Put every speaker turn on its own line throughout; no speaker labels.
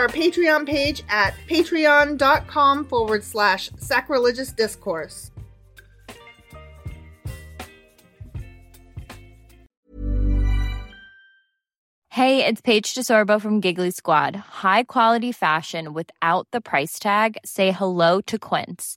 our Patreon page at patreon.com forward slash sacrilegious discourse.
Hey, it's Paige DeSorbo from Giggly Squad. High quality fashion without the price tag. Say hello to Quince.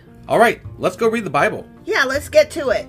All right, let's go read the Bible.
Yeah, let's get to it.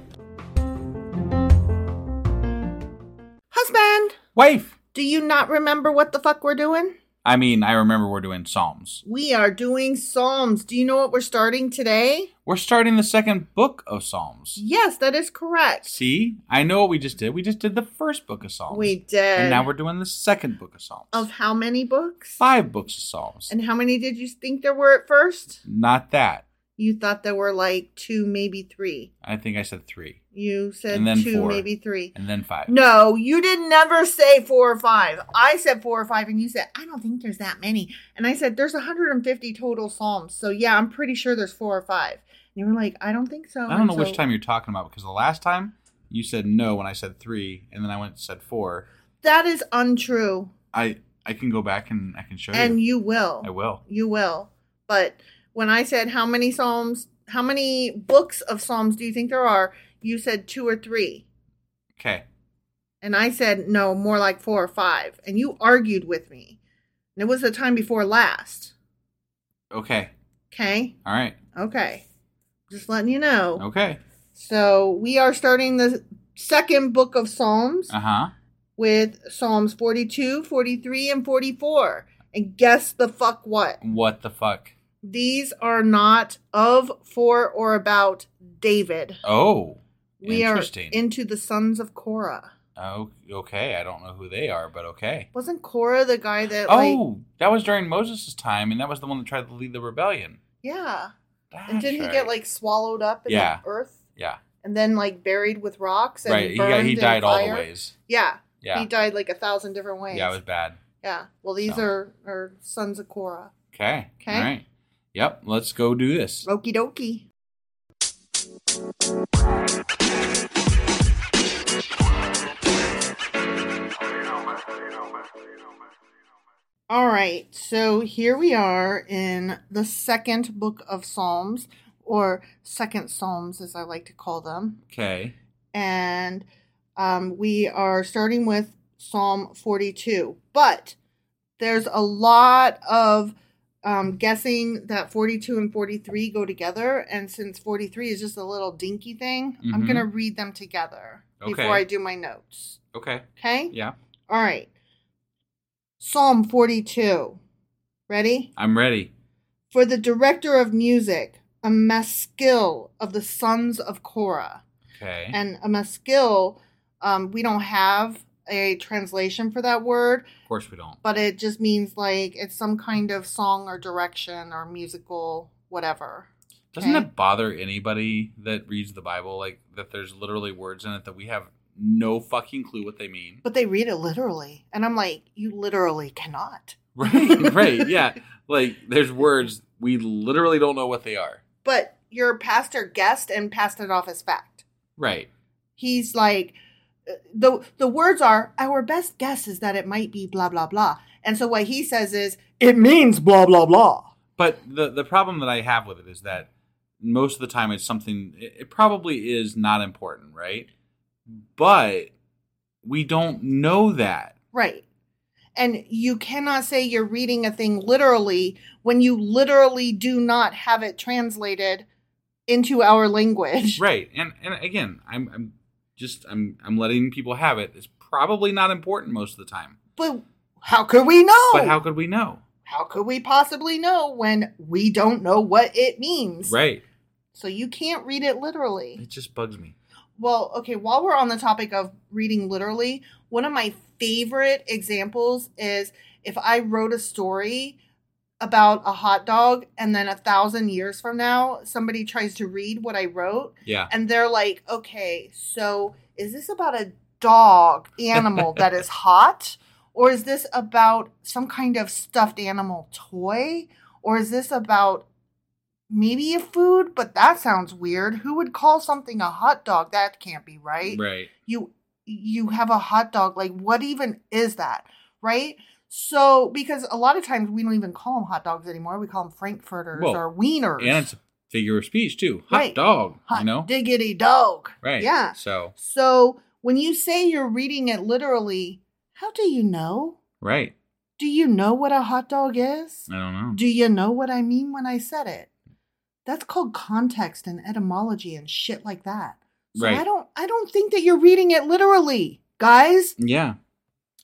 Husband,
Wife!
do you not remember what the fuck we're doing?
I mean, I remember we're doing Psalms.
We are doing Psalms. Do you know what we're starting today?
We're starting the second book of Psalms.
Yes, that is correct.
See, I know what we just did. We just did the first book of Psalms.
We did.
And now we're doing the second book of Psalms.
Of how many books?
Five books of Psalms.
And how many did you think there were at first?
Not that.
You thought there were like two, maybe three.
I think I said three.
You said
And then
two,
four.
maybe three.
And then five.
No, you did never say four or five. I said four or five, and you said, I don't think there's that many. And I said, there's 150 total Psalms. So, yeah, I'm pretty sure there's four or five. And you were like, I don't think so.
I don't know
And
which
Oh, so-
time you're talking about because the last time you said no when I said three, and then I went and said four.
That is untrue.
I I can go back and I can show
and
you.
you will.
I will.
You will. But when I said, how many Psalms, how many books of Psalms do you think there are? You said two or three.
Okay.
And I said, no, more like four or five. And you argued with me. And it was the time before last.
Okay.
Okay.
All right.
Okay. Just letting you know.
Okay.
So we are starting the second book of Psalms
Uh huh.
with Psalms 42, 43, and 44. And guess the fuck what?
What the fuck?
These are not of, for, or about David.
Oh.
We are
interesting.
into the sons of Korah.
Oh, okay. I don't know who they are, but okay.
Wasn't Cora the guy that like
Oh, that was during Moses' time, and that was the one that tried to lead the rebellion.
yeah? And
That's
didn't he
right.
get like swallowed up in
Yeah.
the earth
Yeah,
and then like buried with rocks and
right. He, got,
burned
he
in
died all the
fire?
ways.
Yeah.
Yeah,
He died like a thousand different ways.
yeah. It was bad.
Yeah. Well, these
So.
are are sons of Korra.
Okay.
Okay.
All right. Yep. Let's go do this.
Okie dokie. All right, so here we are in the second book of Psalms, or second Psalms as I like to call them.
Okay.
and um, we are starting with Psalm 42. But there's a lot of um, guessing that 42 and 43 go together, and since 43 is just a little dinky thing, I'm
Mhm.
going to read them together
Okay.
before I do my notes.
Okay.
Okay?
Yeah.
All right. Psalm 42. Ready?
I'm ready.
For the director of music, a maskil of the sons of Korah.
Okay.
And a maskil, um, we don't have a translation for that word,
of course we don't.
but it just means like it's some kind of song or direction or musical whatever.
Doesn't
Okay.
it bother anybody that reads the Bible like that? There's literally words in it that we have no fucking clue what they mean.
But they read it literally, and I'm like, you literally cannot.
Right, right, yeah. Like there's words we literally don't know what they are.
But your pastor guessed and passed it off as fact.
Right.
He's like, uh, the the words are our best guess is that it might be blah blah blah, and so what he says is it means blah blah blah.
But the the problem that I have with it is that most of the time it's something it, it probably is not important, right? But we don't know that.
Right. And you cannot say you're reading a thing literally when you literally do not have it translated into our language.
Right. And and again, I'm I'm just I'm I'm letting people have it. It's probably not important most of the time.
But how could we know?
But how could we know?
How could we possibly know when we don't know what it means?
Right.
So you can't read it literally.
It just bugs me.
Well, okay, while we're on the topic of reading literally, one of my favorite examples is if I wrote a story about a hot dog and then a thousand years from now somebody tries to read what I wrote
Yeah.
and they're like, okay, so is this about a dog animal that is hot? Or is this about some kind of stuffed animal toy? Or is this about maybe a food? But that sounds weird. Who would call something a hot dog? That can't be right.
Right.
You you have a hot dog. Like what even is that? Right? So because a lot of times we don't even call them hot dogs anymore. We call them frankfurters
Well,
or wieners.
And it's a figure of speech too. Hot
Right.
dog.
hot
you know?
diggity dog.
Right.
Yeah.
So
So when you say you're reading it literally, how do you know?
right.
Do you know what a hot dog is?
I don't know.
Do you know what I mean when I said it? That's called context and etymology and shit like that. So
Right.
I don't I don't think that you're reading it literally, guys.
yeah.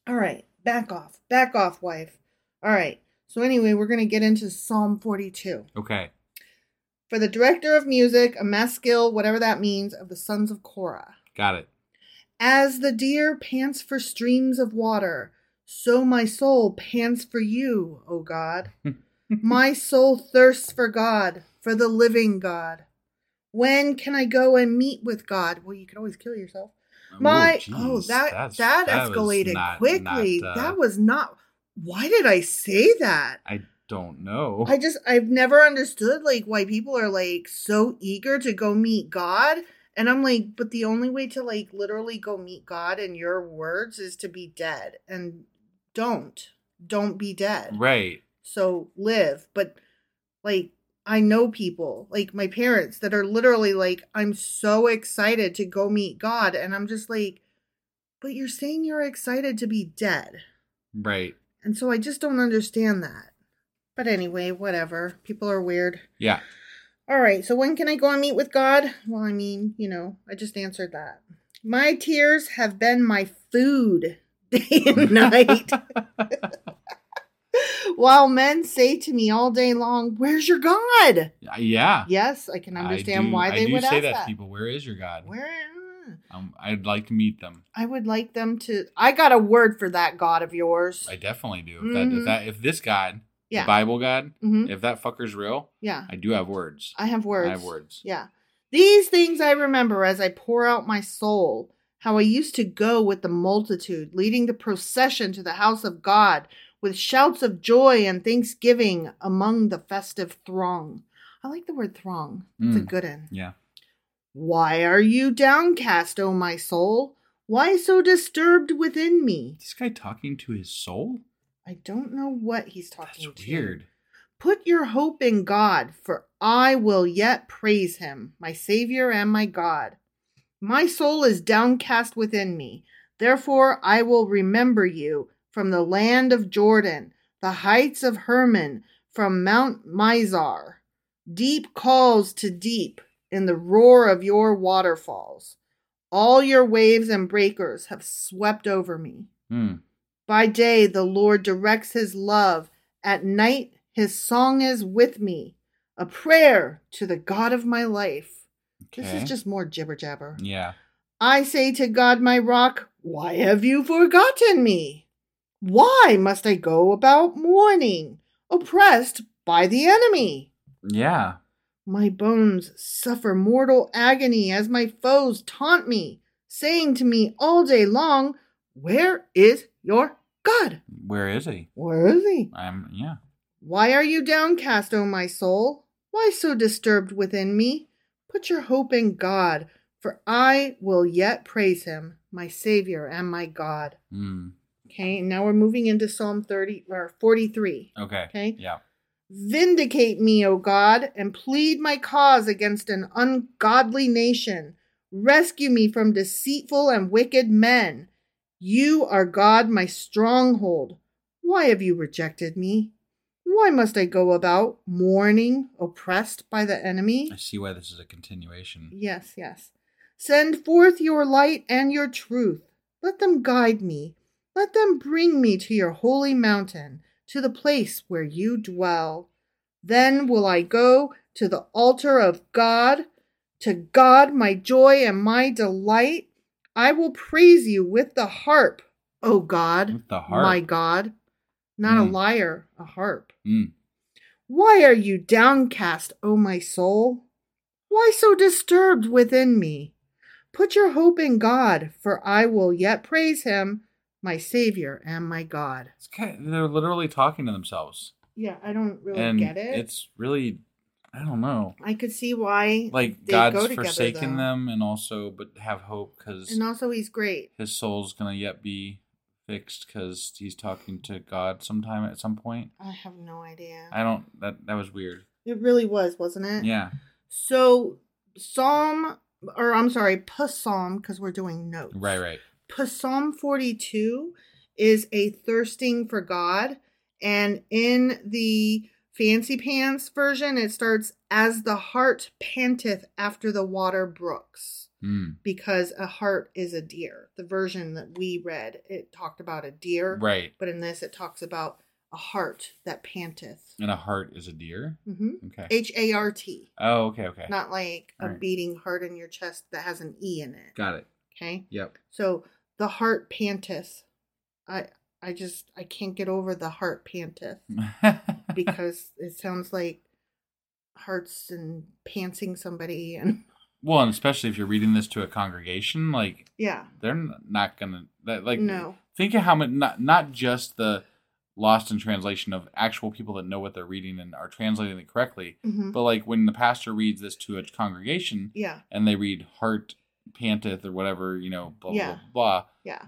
All right, back off. Back off, wife. All right. So anyway, we're going to get into Psalm 42.
Okay.
For the director of music, a maskil, whatever that means, of the sons of Korah.
Got it.
As the deer pants for streams of water, so my soul pants for you, O God. my soul thirsts for God, for the living God. When can I go and meet with God? Well, you could always kill yourself. My
jeez,
oh that
that's-
that,
that was
escalated
not-
quickly.
not, uh,
that was not. Why did I say that?
I don't know.
I just I've never understood like why people are like so eager to go meet God. And I'm like, but the only way to like literally go meet God in your words is to be dead. And don't. Don't be dead.
right.
So live. But like I know people, like my parents, that are literally like, I'm so excited to go meet God. And I'm just like, but you're saying you're excited to be dead.
Right.
And so I just don't understand that. But anyway, whatever. People are weird.
Yeah.
All right, so when can I go and meet with God? Well, I mean, you know, I just answered that. My tears have been my food day and night. While men say to me all day long, Where's your God?
Yeah.
Yes, I can
I
understand
do-
why they
I do
would
say
ask
that,
that.
to people. Where is your God?
Where uh,
Um, I'd like to meet them.
I would like them to. I got a word for that God of yours.
I definitely do. If, that,
Mhm.
if that if this God,
Yeah.
the Bible God,
Mhm.
if that fucker's real,
yeah.
I do have words.
I have words.
I have words.
Yeah. These things I remember as I pour out my soul, how I used to go with the multitude, leading the procession to the house of God with shouts of joy and thanksgiving among the festive throng. I like the word throng. It's a
Mm.
good one.
Yeah.
Why are you downcast, O my soul? Why so disturbed within me?
Is this guy talking to his soul?
I don't know what he's
That's
talking to.
weird.
Put your hope in God, for I will yet praise him, my Savior and my God. My soul is downcast within me. Therefore, I will remember you from the land of Jordan, the heights of Hermon, from Mount Mizar. Deep calls to deep in the roar of your waterfalls. All your waves and breakers have swept over me.
Hmm.
By day, the Lord directs his love. At night, his song is with me, a prayer to the God of my life. This
Okay.
is just more jibber jabber.
Yeah.
I say to God, my rock, why have you forgotten me? Why must I go about mourning, oppressed by the enemy?
Yeah.
My bones suffer mortal agony as my foes taunt me, saying to me all day long, Where is your God?
Where is he?
Where is he?
I'm. Yeah.
Why are you downcast, O my soul? Why so disturbed within me? Put your hope in God, for I will yet praise him, my Savior and my God.
Hmm.
Okay, and now we're moving into Psalm 30 or 43.
Okay.
Okay.
Yeah.
Vindicate me, O God, and plead my cause against an ungodly nation. Rescue me from deceitful and wicked men. You are God, my stronghold. Why have you rejected me? Why must I go about mourning, oppressed by the enemy?
I see why this is a continuation.
Yes, yes. Send forth your light and your truth. Let them guide me. Let them bring me to your holy mountain, to the place where you dwell. Then will I go to the altar of God, to God my joy and my delight. I will praise you with the harp, O God,
With the harp.
my God. Not a
Mm.
lyre, a harp.
Hmm.
Why are you downcast, O my soul? Why so disturbed within me? Put your hope in God, for I will yet praise him, my Savior and my God.
It's kind they're literally talking to themselves,
Yeah, I don't really
and
get it.
it's really, I don't know.
I could see why
Like
they
God's
go together,
forsaken
though.
them, and also, but have hope because
And also he's great.
his soul's gonna yet be fixed because he's talking to God sometime at some point.
I have no idea.
I don't. That that was weird.
it really was, wasn't it?
Yeah.
So Psalm or I'm sorry, Psalm because we're doing notes.
Right. Right.
Psalm 42 is a thirsting for God. And in the Fancy Pants version, it starts as the heart panteth after the water brooks,
Mm.
because a heart is a deer. The version that we read, it talked about a deer.
Right.
But in this, it talks about a heart that panteth.
And a heart is a deer.
hmm
Okay.
H A R T.
oh. Okay. Okay.
Not like a
Alright.
beating heart in your chest that has an E in it.
Got it.
Okay.
Yep.
So the heart panteth. I I just I can't get over the heart panteth
Hmm.
because it sounds like hearts and pantsing somebody and
well, and especially if you're reading this to a congregation, like
yeah.
they're n- not gonna that, like
No.
Think of how much not not just the lost in translation of actual people that know what they're reading and are translating it correctly,
Mhm.
but like when the pastor reads this to a congregation
Yeah.
and they read heart panteth or whatever you know blah blah
Yeah.
blah, blah
Yeah.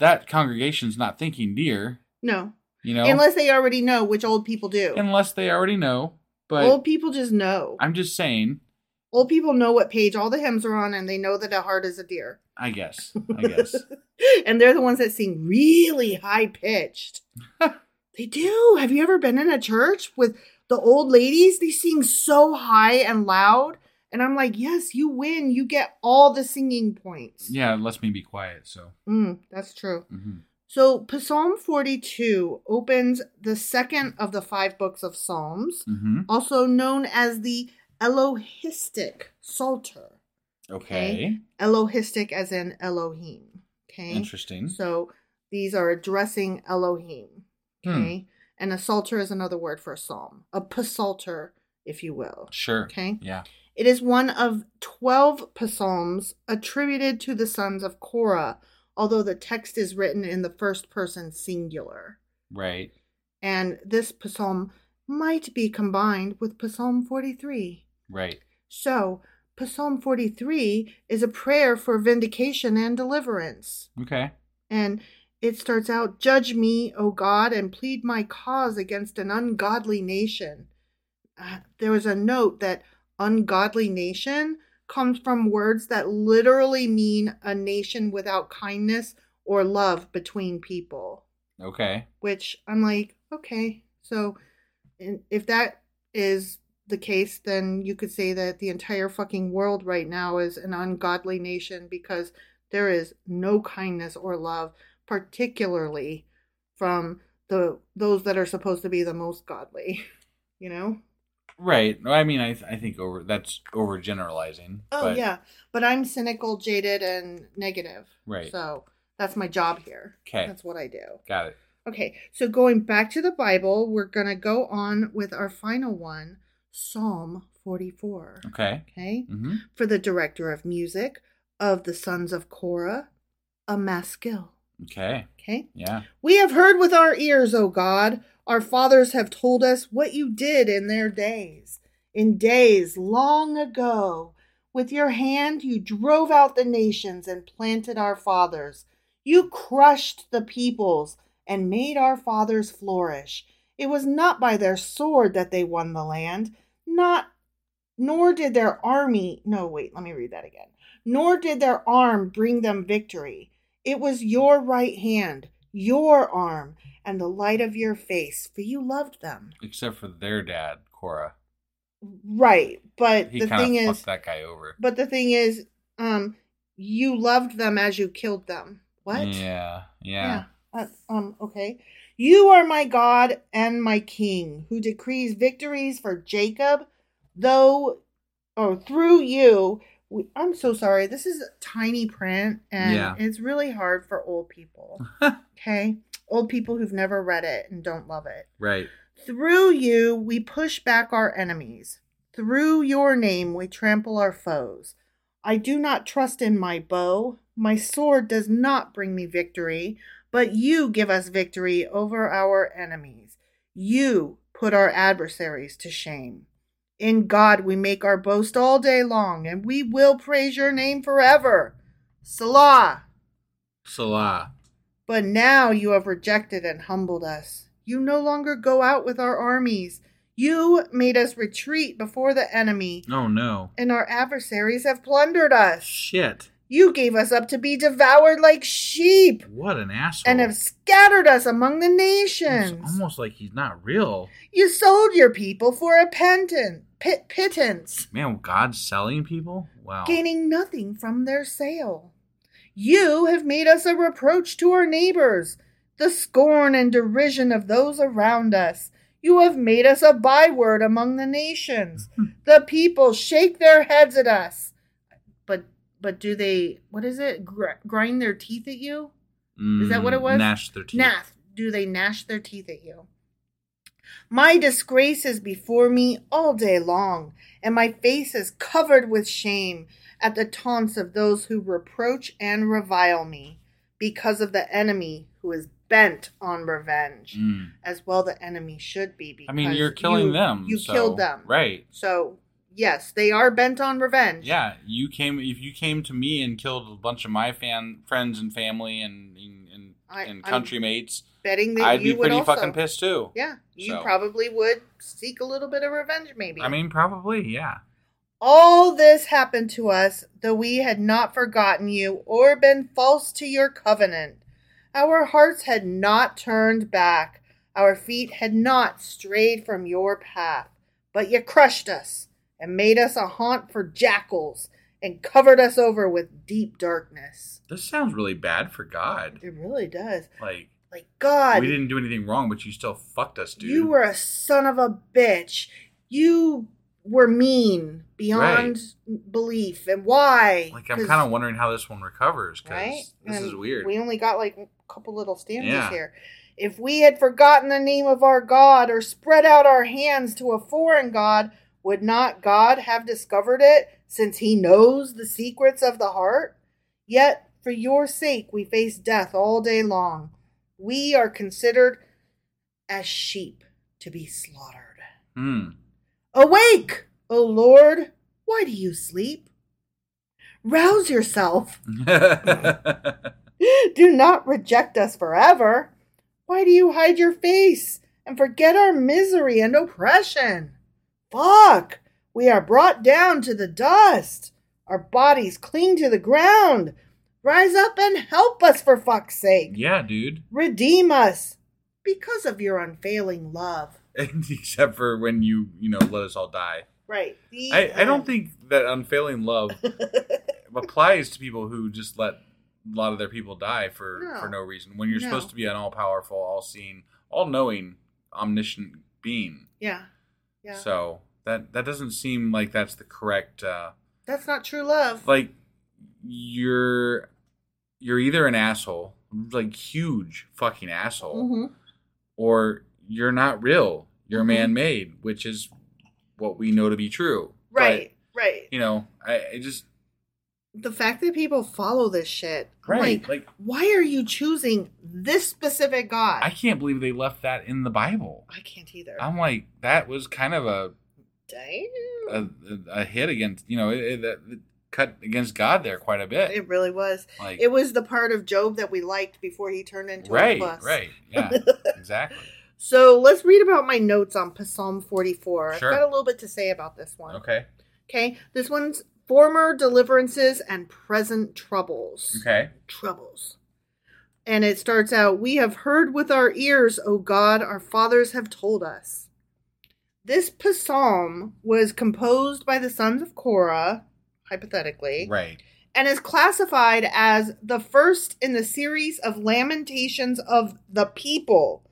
that congregation's not thinking deer
No.
you know
Unless they already know, which old people do.
unless they already know but
old people just know.
i'm just saying
old people know what page all the hymns are on and they know that a heart is a deer.
i guess i guess
and they're the ones that sing really high pitched. they do. Have you ever been in a church with the old ladies? They sing so high and loud. And I'm like, yes, you win. You get all the singing points.
yeah it lets me be quiet so
Mm, that's true.
mhm.
So, Psalm 42 opens the second of the five books of Psalms,
Mhm.
also known as the Elohistic Psalter.
Okay.
Elohistic as in Elohim. Okay.
Interesting.
So these are addressing Elohim.
Hmm.
Okay. And a psalter is another word for a psalm, a psalter, if you will.
Sure.
Okay.
Yeah.
It is one of 12 psalms attributed to the sons of Korah, although the text is written in the first person singular.
Right.
And this psalm might be combined with psalm 43.
Right.
So, psalm 43 is a prayer for vindication and deliverance.
Okay.
And it starts out, Judge me, O God, and plead my cause against an ungodly nation. Uh, there was a note that ungodly nation comes from words that literally mean a nation without kindness or love between people,
Okay.
which I'm like, okay, so and if that is the case, then you could say that the entire fucking world right now is an ungodly nation because there is no kindness or love, particularly from the those that are supposed to be the most godly. You know?
Right. No, I mean, I I think over that's overgeneralizing.
Oh
but-
yeah. But I'm cynical, jaded, and negative.
Right.
So that's my job here.
'Kay.
That's what I do.
Got it.
Okay, so going back to the Bible, we're gonna go on with our final one, Psalm forty four.
Okay.
Okay.
Mm-hmm.
for the director of music of the Sons of Korah, a maskil.
Okay.
Okay.
Yeah.
We have heard with our ears, O God. Our fathers have told us what you did in their days. In days long ago, with your hand you drove out the nations and planted our fathers. You crushed the peoples and made our fathers flourish. It was not by their sword that they won the land, not nor did their army no wait let me read that again nor did their arm bring them victory it was your right hand your arm and the light of your face for you loved them
Except for their dad, Cora.
right but
He
the
kind of
thing
fucked
is
that guy over.
but the thing is um you loved them as you killed them what
Yeah. Yeah.
Yeah. Uh, um. Okay. You are my God and my King, who decrees victories for Jacob, though, or through you. We, I'm so sorry. This is tiny print, and
Yeah.
it's really hard for old people. okay, old people who've never read it and don't love it.
Right.
Through you, we push back our enemies. Through your name, we trample our foes. I do not trust in my bow. My sword does not bring me victory, but you give us victory over our enemies. You put our adversaries to shame. In God, we make our boast all day long, and we will praise your name forever. Salah.
Salah.
But now you have rejected and humbled us. You no longer go out with our armies. You made us retreat before the enemy,
Oh no.
and our adversaries have plundered us.
Shit.
You gave us up to be devoured like sheep,
What an asshole.
and have scattered us among the
It's
nations.
almost like he's not real.
You sold your people for a pentant, pit, pittance.
Man, God's selling people? Wow.
gaining nothing from their sale. You have made us a reproach to our neighbors, the scorn and derision of those around us. You have made us a byword among the nations. The people shake their heads at us. But but do they what is it? Gr- grind their teeth at you? Is that what it
Mm,
was?
Gnash their teeth.
Gnash. Do they gnash their teeth at you? My disgrace is before me all day long, and my face is covered with shame at the taunts of those who reproach and revile me, because of the enemy who is bent on revenge,
Mm.
as well the enemy should be. Because
I mean, you're killing
you-
them.
You
so-
killed them,
Right.
So yes, they are bent on revenge.
Yeah, you came if you came to me and killed a bunch of my fan friends and family and and, and,
I-
and
I'm-
country mates,
betting that
I'd
you
be
would
pretty
also,
fucking pissed too.
Yeah, you
So-
probably would seek a little bit of revenge, maybe.
I mean, probably, yeah.
All this happened to us, though we had not forgotten you or been false to your covenant. Our hearts had not turned back, our feet had not strayed from your path. But you crushed us and made us a haunt for jackals and covered us over with deep darkness.
This sounds really bad for God.
It really does.
Like
Like, God,
we didn't do anything wrong, but you still fucked us, dude.
you were a son of a bitch. You were mean beyond belief and why.
Like I'm
'Cause-
kind of wondering how this one recovers because
right?
this
And
is weird.
We only got like a couple little stanzas
Yeah.
here. If we had forgotten the name of our God or spread out our hands to a foreign God, would not God have discovered it since he knows the secrets of the heart? Yet for your sake we face death all day long. We are considered as sheep to be slaughtered.
Hmm.
Awake, O Lord! Why do you sleep? Rouse yourself. Do not reject us forever. Why do you hide your face and forget our misery and oppression? Fuck! We are brought down to the dust. Our bodies cling to the ground. Rise up and help us for fuck's sake.
yeah, dude.
Redeem us because of your unfailing love.
Except for when you you know let us all die.
Right.
I, I don't think that unfailing love applies to people who just let a lot of their people die for
No.
for no reason. When you're
No.
supposed to be an all powerful, all seeing, all knowing, omniscient being.
Yeah. Yeah.
So that that doesn't seem like that's the correct. Uh,
That's not true love.
like you're you're either an asshole, like huge fucking asshole,
Mhm.
or you're not real. You're
Mhm.
man made, which is what we know to be true. But,
Right. Right.
you know, I, I just
the fact that people follow this shit, I'm
Right,
Like,
like-
why are you choosing this specific god?
I can't believe they left that in the Bible.
I can't either.
I'm like, that was kind of a
Dang.
a, a hit against you know it, it, it cut against God there quite a bit.
It really was.
Like-
it was the part of Job that we liked before he turned into a
right,
bus.
right, yeah, exactly.
So let's read about my notes on Psalm 44.
Sure.
I've got a little bit to say about this one.
Okay,
Okay. This one's former deliverances and present troubles.
okay,
troubles. And it starts out We have heard with our ears, O God, our fathers have told us. This psalm was composed by the sons of Korah, hypothetically,
right.
and is classified as the first in the series of lamentations of the people,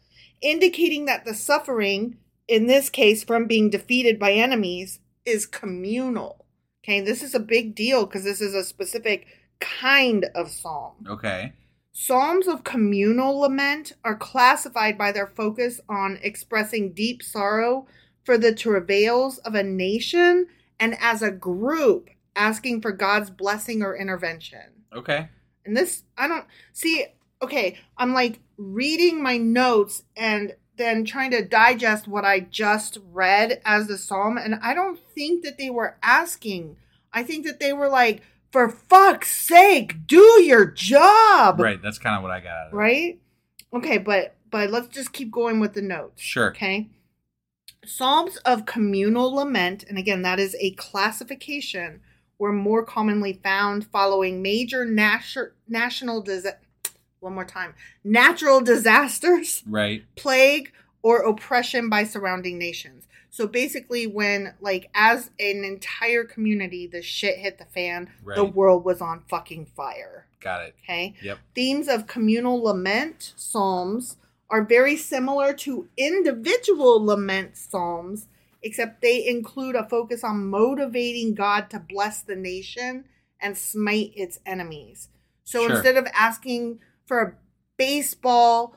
indicating that the suffering, in this case from being defeated by enemies, is communal. Okay, this is a big deal because this is a specific kind of psalm.
Okay.
Psalms of communal lament are classified by their focus on expressing deep sorrow for the travails of a nation and as a group asking for God's blessing or intervention.
Okay.
And this, I don't see, okay, I'm like reading my notes and then trying to digest what I just read as the psalm. And I don't think that they were asking, I think that they were like, for fuck's sake, do your job
Right. That's kind of what I got out of it.
right okay but but let's just keep going with the notes
Sure.
okay psalms of communal lament and again that is a classification were more commonly found following major nas- national dis- one more time natural disasters
Right.
plague or oppression by surrounding nations. So basically, when like as an entire community, the shit hit the fan, the
Right.
world was on fucking fire.
Got it.
Okay.
Yep.
Themes of communal lament psalms are very similar to individual lament psalms, except they include a focus on motivating God to bless the nation and smite its enemies. So
Sure.
instead of asking for a baseball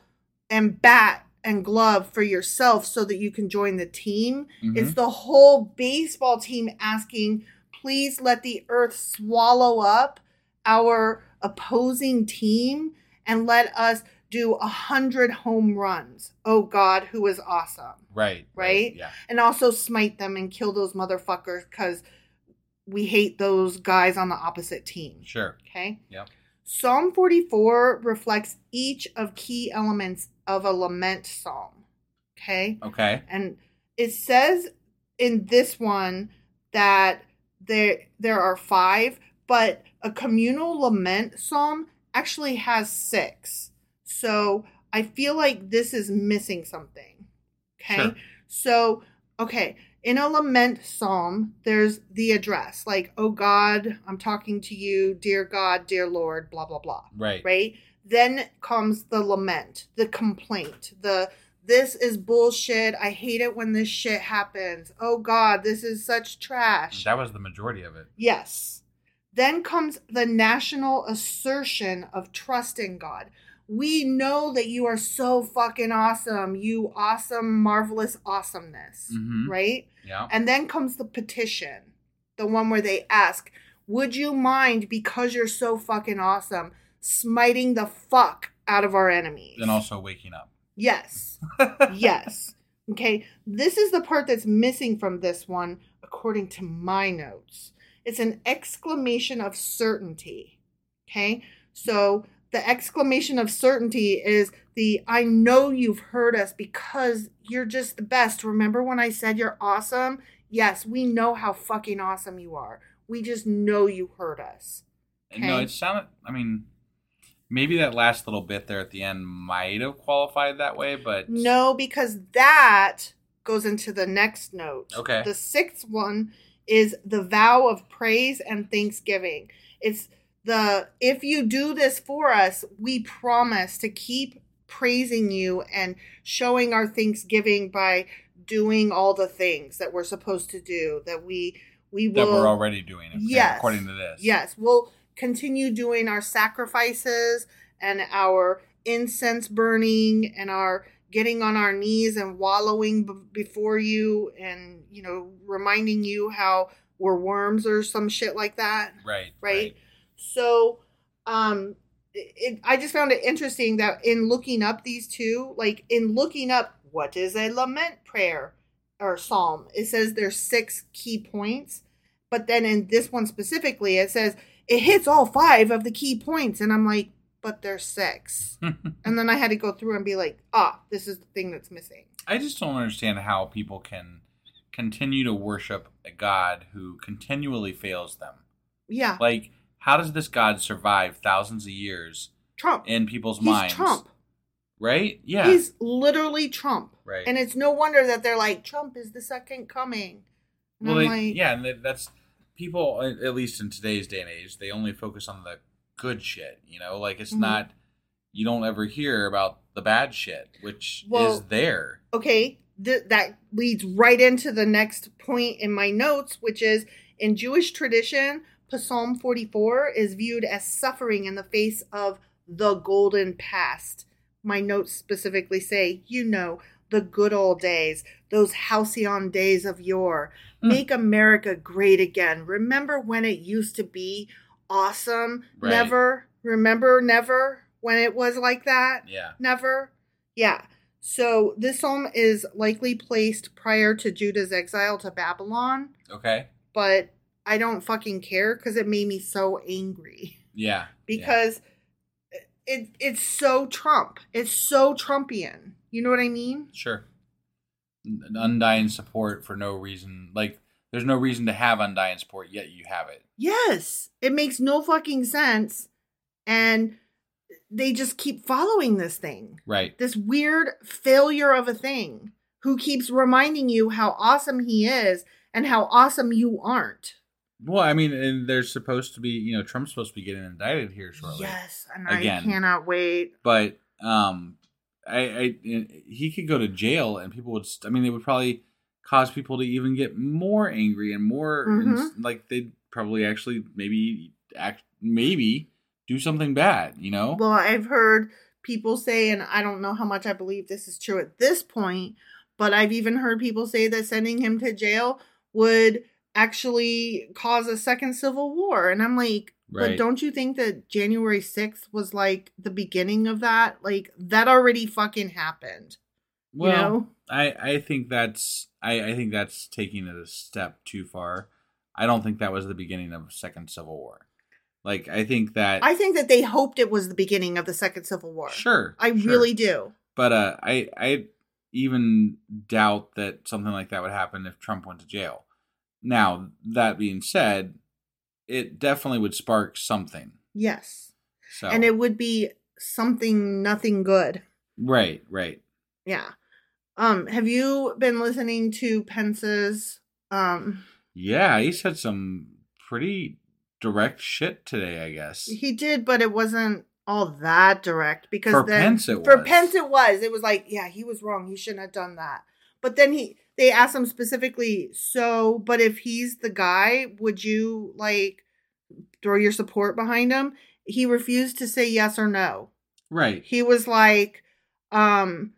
and bat and glove for yourself so that you can join the team, it's the whole baseball team asking, please let the earth swallow up our opposing team and let us do a hundred home runs. Oh God, who is awesome,
Right.
right?
Yeah.
And also smite them and kill those motherfuckers because we hate those guys on the opposite team.
Sure.
Okay.
Yep.
Psalm 44 reflects each of key elements of a lament psalm. Okay.
Okay.
And it says in this one that there there are five, but a communal lament psalm actually has six. So I feel like this is missing something. Okay.
Sure.
So okay. In a lament psalm, there's the address, like, oh God, I'm talking to you, dear God, dear Lord, blah, blah, blah
Right.
right then comes the lament the complaint the This is bullshit. I hate it when this shit happens. Oh God, this is such trash.
That was the majority of it.
Yes. Then comes the national assertion of trust in God. We know that you are so fucking awesome, you awesome, marvelous awesomeness,
Mhm.
right?
Yeah.
And then comes the petition, the one where they ask, Would you mind, because you're so fucking awesome, smiting the fuck out of our enemies?
And also waking up.
Yes. yes. Okay. This is the part that's missing from this one, according to my notes. It's an exclamation of certainty. Okay. So the exclamation of certainty is the I know you've heard us because you're just the best. Remember when I said you're awesome? Yes, we know how fucking awesome you are. We just know you heard us.
No,
Okay.
it sounded. I mean, maybe that last little bit there at the end might have qualified that way, but
No, because that goes into the next note.
Okay.
The sixth one is the vow of praise and thanksgiving. It's the if you do this for us, we promise to keep praising you and showing our thanksgiving by doing all the things that we're supposed to do that we we
that
will
we're already doing. It,
Yes.
According to this.
Yes, we'll continue doing our sacrifices and our incense burning and our getting on our knees and wallowing b- before you and, you know, reminding you how we're worms or some shit like that.
Right.
Right. So, um, it, I just found it interesting that in looking up these two, like in looking up what is a lament prayer or psalm, it says there's six key points, but then in this one specifically, it says it hits all five of the key points, and I'm like, but there's six, and then I had to go through and be like, ah, this is the thing that's missing.
I just don't understand how people can continue to worship a God who continually fails them.
Yeah,
Like, how does this God survive thousands of years
Trump.
in people's
He's
minds?
Trump.
Right? Yeah.
He's literally Trump.
Right.
And it's no wonder that they're like, Trump is the second coming. And
well,
I'm
they-
like,
yeah, and that- that's people. a- At least in today's day and age, they only focus on the good shit. You know, like it's
Mhm.
not. You don't ever hear about the bad shit, which
Well-
is there.
Okay, th- that leads right into the next point in my notes, which is in Jewish tradition, Psalm 44 is viewed as suffering in the face of the golden past. My notes specifically say, you know, the good old days, those halcyon days of yore. Make America great again. Remember when it used to be awesome?
Right.
Never. Remember never when it was like that?
Yeah.
Never. Yeah. So this psalm is likely placed prior to Judah's exile to Babylon,
Okay.
but I don't fucking care because it made me so angry.
Yeah. yeah.
Because it it's so Trump. It's so Trumpian. You know what I mean?
sure, N- undying support for no reason. Like there's no reason to have undying support, yet you have it.
Yes. It makes no fucking sense. And they just keep following this thing.
Right.
This weird failure of a thing who keeps reminding you how awesome he is and how awesome you aren't.
Well, I mean, and there's supposed to be, you know, Trump's supposed to be getting indicted here shortly.
Yes, and
Again.
I cannot wait.
but um I, I he could go to jail and people would st- i mean it would probably cause people to even get more angry and more
Mm-hmm.
ins- like they'd probably actually maybe act maybe do something bad you know
Well, I've heard people say, and I don't know how much I believe this is true at this point, but I've even heard people say that sending him to jail would actually cause a second civil war. And I'm like, but
Right.
don't you think that January 6th was like the beginning of that? Like, that already fucking happened.
Well,
know?
i i think that's I, I think that's taking it a step too far i don't think that was the beginning of second civil war like i think that
I think that they hoped it was the beginning of the second civil war.
sure
I
sure.
really do.
But uh, I I even doubt that something like that would happen if Trump went to jail. Now that being said, it definitely would spark something.
Yes.
So
And it would be something, nothing good.
right, right.
Yeah. Um, have you been listening to Pence's um
Yeah, he said some pretty direct shit today. I guess
he did, but it wasn't all that direct because
For
then
Pence it
for
was.
Pence it was. It was like, yeah, he was wrong. He shouldn't have done that. But then he they asked him specifically, so but if he's the guy, would you like throw your support behind him? He refused to say yes or no.
Right.
He was like, um,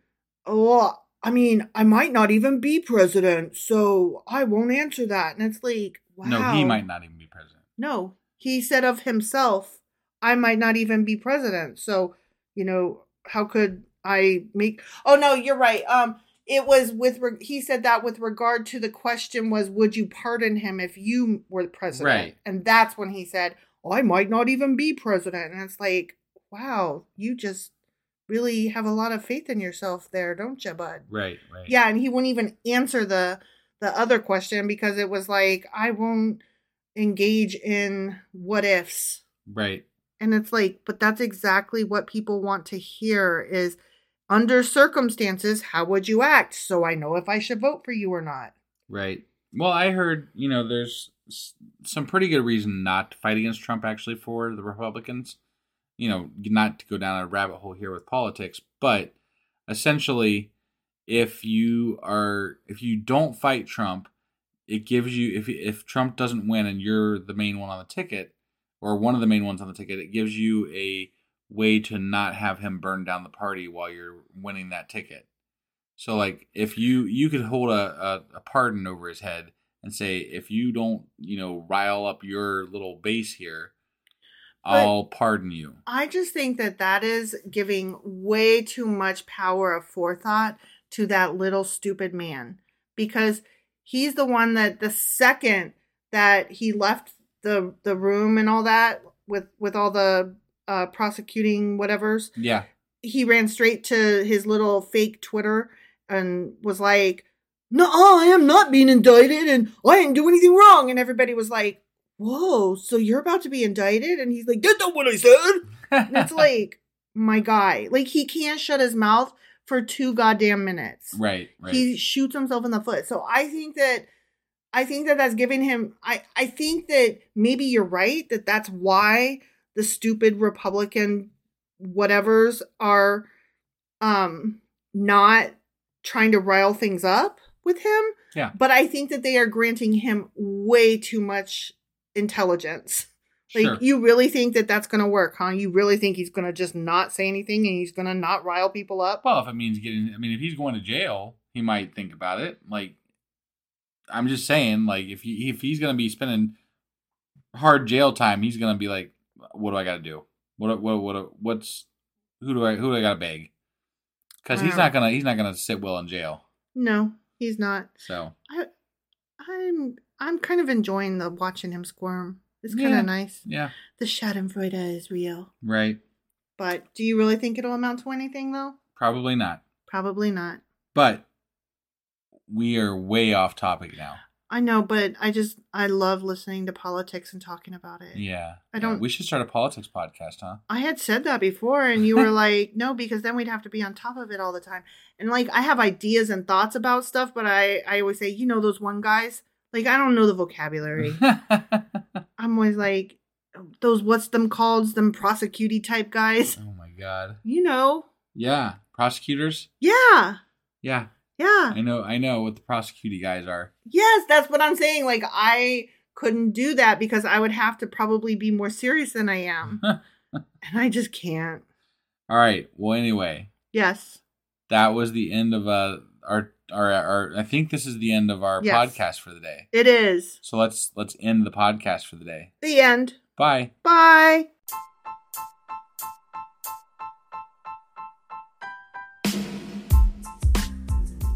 oh, I mean, I might not even be president, so I won't answer that. And it's like, wow.
No, he might not even be president.
No, he said of himself, I might not even be president. So, you know, how could I make Oh no, you're right. Um it was with re- he said that with regard to the question was would you pardon him if you were president?
Right.
And that's when he said, "I might not even be president." And it's like, "Wow, you just really have a lot of faith in yourself there, don't you, bud?"
Right. Right.
Yeah, and he wouldn't even answer the the other question because it was like I won't engage in what ifs.
Right.
And it's like, but that's exactly what people want to hear is under circumstances, how would you act? So I know if I should vote for you or not.
Right. Well, I heard, you know, there's s- some pretty good reason not to fight against Trump actually for the Republicans. You know, not to go down a rabbit hole here with politics, but essentially if you are if you don't fight Trump, it gives you if if Trump doesn't win and you're the main one on the ticket or one of the main ones on the ticket, it gives you a way to not have him burn down the party while you're winning that ticket. So like if you you could hold a, a, a pardon over his head and say if you don't you know rile up your little base here,
But-
I'll pardon you.
I just think that that is giving way too much power of forethought to that little stupid man because he's the one that the second that he left the the room and all that with with all the uh, prosecuting whatever's
Yeah,
he ran straight to his little fake Twitter and was like, "No, I am not being indicted, and I didn't do anything wrong." And everybody was like, "Whoa, so you're about to be indicted?" And he's like, "That's not what I said." And it's like, my guy, like he can't shut his mouth for two goddamn minutes.
right, right.
He shoots himself in the foot. So I think that I think that that's giving him I I think that maybe you're right that that's why the stupid Republican whatevers are um not trying to rile things up with him.
Yeah.
But I think that they are granting him way too much intelligence. Like
sure.
you really think that that's going to work, huh? You really think he's going to just not say anything and he's going to not rile people up?
well, if it means getting, I mean, if he's going to jail, he might think about it. Like, I'm just saying, like if he if he's gonna be spending hard jail time, he's gonna be like, what do I gotta do? What what what what's who do I who do I gotta beg? Because he's
Wow.
not gonna he's not gonna sit well in jail.
No, he's not.
So
I, I'm I'm kind of enjoying the watching him squirm. It's kind
Yeah.
of nice.
yeah,
The Schadenfreude is real,
right.
but do you really think it'll amount to anything though?
Probably not.
Probably not.
But we are way off topic now.
I know, but I just I love listening to politics and talking about it.
Yeah.
I
Yeah,
don't-
we should start a politics podcast, huh?
I had said that before, and you were like, "No," because then we'd have to be on top of it all the time. And like, I have ideas and thoughts about stuff, but I I always say, you know, those one guys. Like, I don't know the vocabulary. I'm always like, those what's them called, them prosecutey type guys.
oh my god.
You know,
Yeah. Prosecutors?
Yeah.
Yeah.
Yeah.
I know I know what the prosecuting guys are.
Yes, that's what I'm saying. Like I couldn't do that because I would have to probably be more serious than I am. and I just can't.
All right. Well anyway,
Yes.
that was the end of uh our our, our I think this is the end of our
Yes.
podcast for the day.
It is.
So let's let's end the podcast for the day.
The end.
Bye.
Bye.